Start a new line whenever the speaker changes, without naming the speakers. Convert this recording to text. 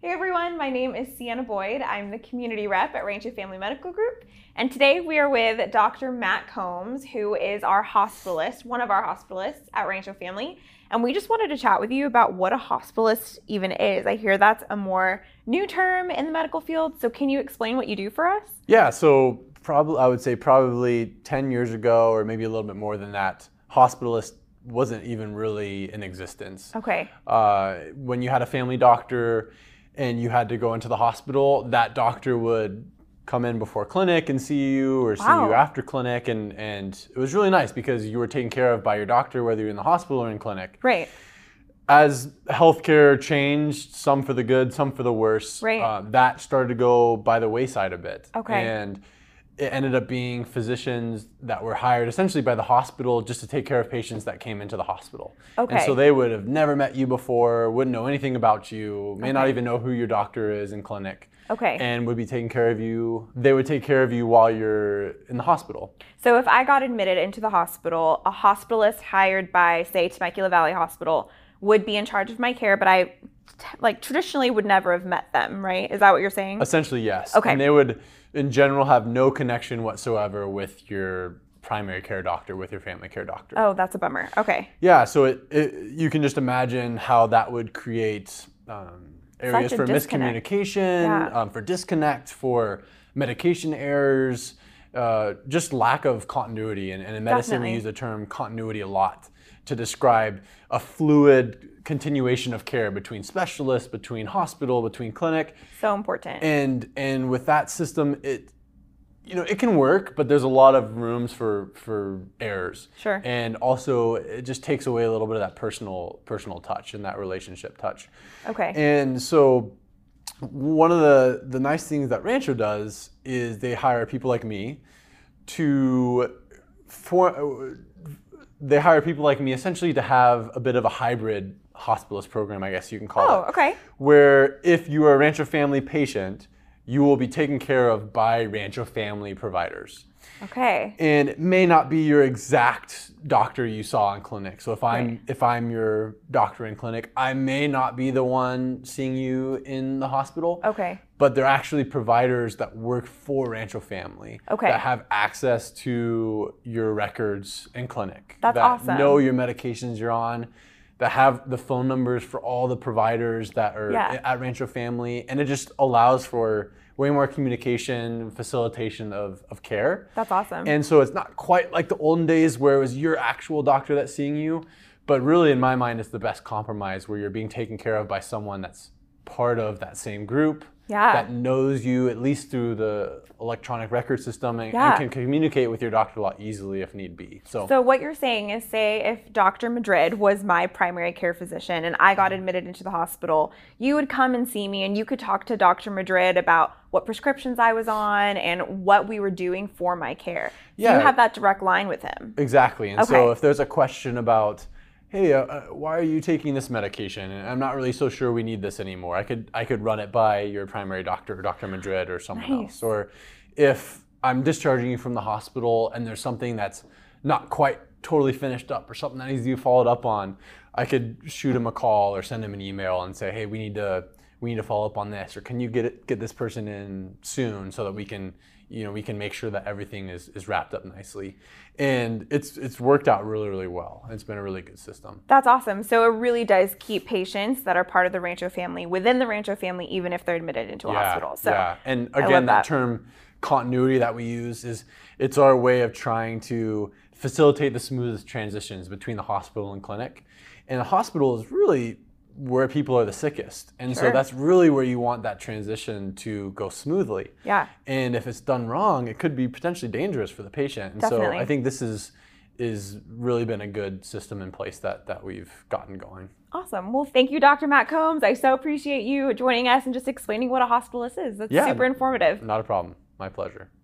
Hey everyone, my name is Sienna Boyd. I'm the community rep at Rancho Family Medical Group, and today we are with Dr. Matt Combs, who is our hospitalist, one of our hospitalists at Rancho Family. And we just wanted to chat with you about what a hospitalist even is. I hear that's a more new term in the medical field, so can you explain what you do for us?
Yeah, so probably I would say probably 10 years ago or maybe a little bit more than that, hospitalist wasn't even really in existence.
Okay.
Uh, when you had a family doctor and you had to go into the hospital, that doctor would come in before clinic and see you or see
Wow.
you after clinic and and it was really nice because you were taken care of by your doctor whether you're in the hospital or in clinic.
Right.
As healthcare changed, some for the good, some for the worse,
Right.
uh, that started to go by the wayside a bit.
Okay.
And it ended up being physicians that were hired essentially by the hospital just to take care of patients that came into the hospital. And
Okay.
so they would have never met you before, wouldn't know anything about you, may not
Okay.
even know who your doctor is in clinic,
Okay.
and would be taking care of you. They would take care of you while you're in the hospital.
So if I got admitted into the hospital, a hospitalist hired by, say, Temecula Valley Hospital would be in charge of my care, but I, t- like, traditionally would never have met them, right? Is that what you're saying?
Essentially, yes.
Okay.
And they would, in general, have no connection whatsoever with your primary care doctor, with your family care doctor.
Oh, that's a bummer. Okay.
Yeah, so it, it you can just imagine how that would create um, areas
a
for
disconnect.
miscommunication,
Yeah.
um, for disconnect, for medication errors, uh, just lack of continuity. And, and in medicine,
Definitely.
we use the term continuity a lot to describe a fluid continuation of care between specialists, between hospital, between clinic
So important.
and and with that system it you know it can work but there's a lot of rooms for for errors
Sure.
and also it just takes away a little bit of that personal personal touch and that relationship touch
okay.
and so one of the the nice things that rancho does is they hire people like me to for uh, they hire people like me essentially to have a bit of a hybrid hospitalist program i guess you can call it
oh, okay.
where if you are a Rancho Family patient, you will be taken care of by Rancho Family providers.
Okay.
And it may not be your exact doctor you saw in clinic. So if I'm
Right.
if I'm your doctor in clinic, I may not be the one seeing you in the hospital.
Okay.
But they're actually providers that work for Rancho Family
Okay.
that have access to your records in clinic.
That's
that
awesome.
Know your medications you're on, that have the phone numbers for all the providers that are
Yeah.
at Rancho Family, and it just allows for way more communication, facilitation of, of care.
That's awesome.
And so it's not quite like the olden days where it was your actual doctor that's seeing you, but really in my mind it's the best compromise where you're being taken care of by someone that's part of that same group
Yeah.
that knows you at least through the electronic record system and,
Yeah.
and can communicate with your doctor a lot easily if need be. So,
so what you're saying is say if Dr. Madrid was my primary care physician and I
Mm-hmm.
got admitted into the hospital, you would come and see me and you could talk to Dr. Madrid about what prescriptions I was on and what we were doing for my care. So
Yeah.
you have that direct line with him.
Exactly. And so
Okay.
if there's a question about, hey, uh, uh, why are you taking this medication? And I'm not really so sure we need this anymore. I could I could run it by your primary doctor, Dr. Madrid, or someone else. Or if I'm discharging you from the hospital and there's something that's not quite totally finished up or something that needs to be followed up on, I could shoot him a call or send him an email and say, hey, we need to we need to follow up on this or can you get it, get this person in soon so that we can you know we can make sure that everything is, is wrapped up nicely and it's it's worked out really really well it's been a really good system
That's awesome. So it really does keep patients that are part of the Rancho family within the Rancho family, even if they're admitted into a hospital. So
yeah and
love
again that.
that.
term continuity that we use is it's our way of trying to facilitate the smoothest transitions between the hospital and clinic and the hospital is really where people are the sickest and
Sure.
so that's really where you want that transition to go smoothly
yeah,
and if it's done wrong, it could be potentially dangerous for the patient. And
Definitely.
so I think this is is really been a good system in place that that we've gotten going.
awesome. Well, thank you, Dr. Matt Combs. I so appreciate you joining us and just explaining what a hospitalist is. That's
Yeah.
super informative.
Not a problem. My pleasure.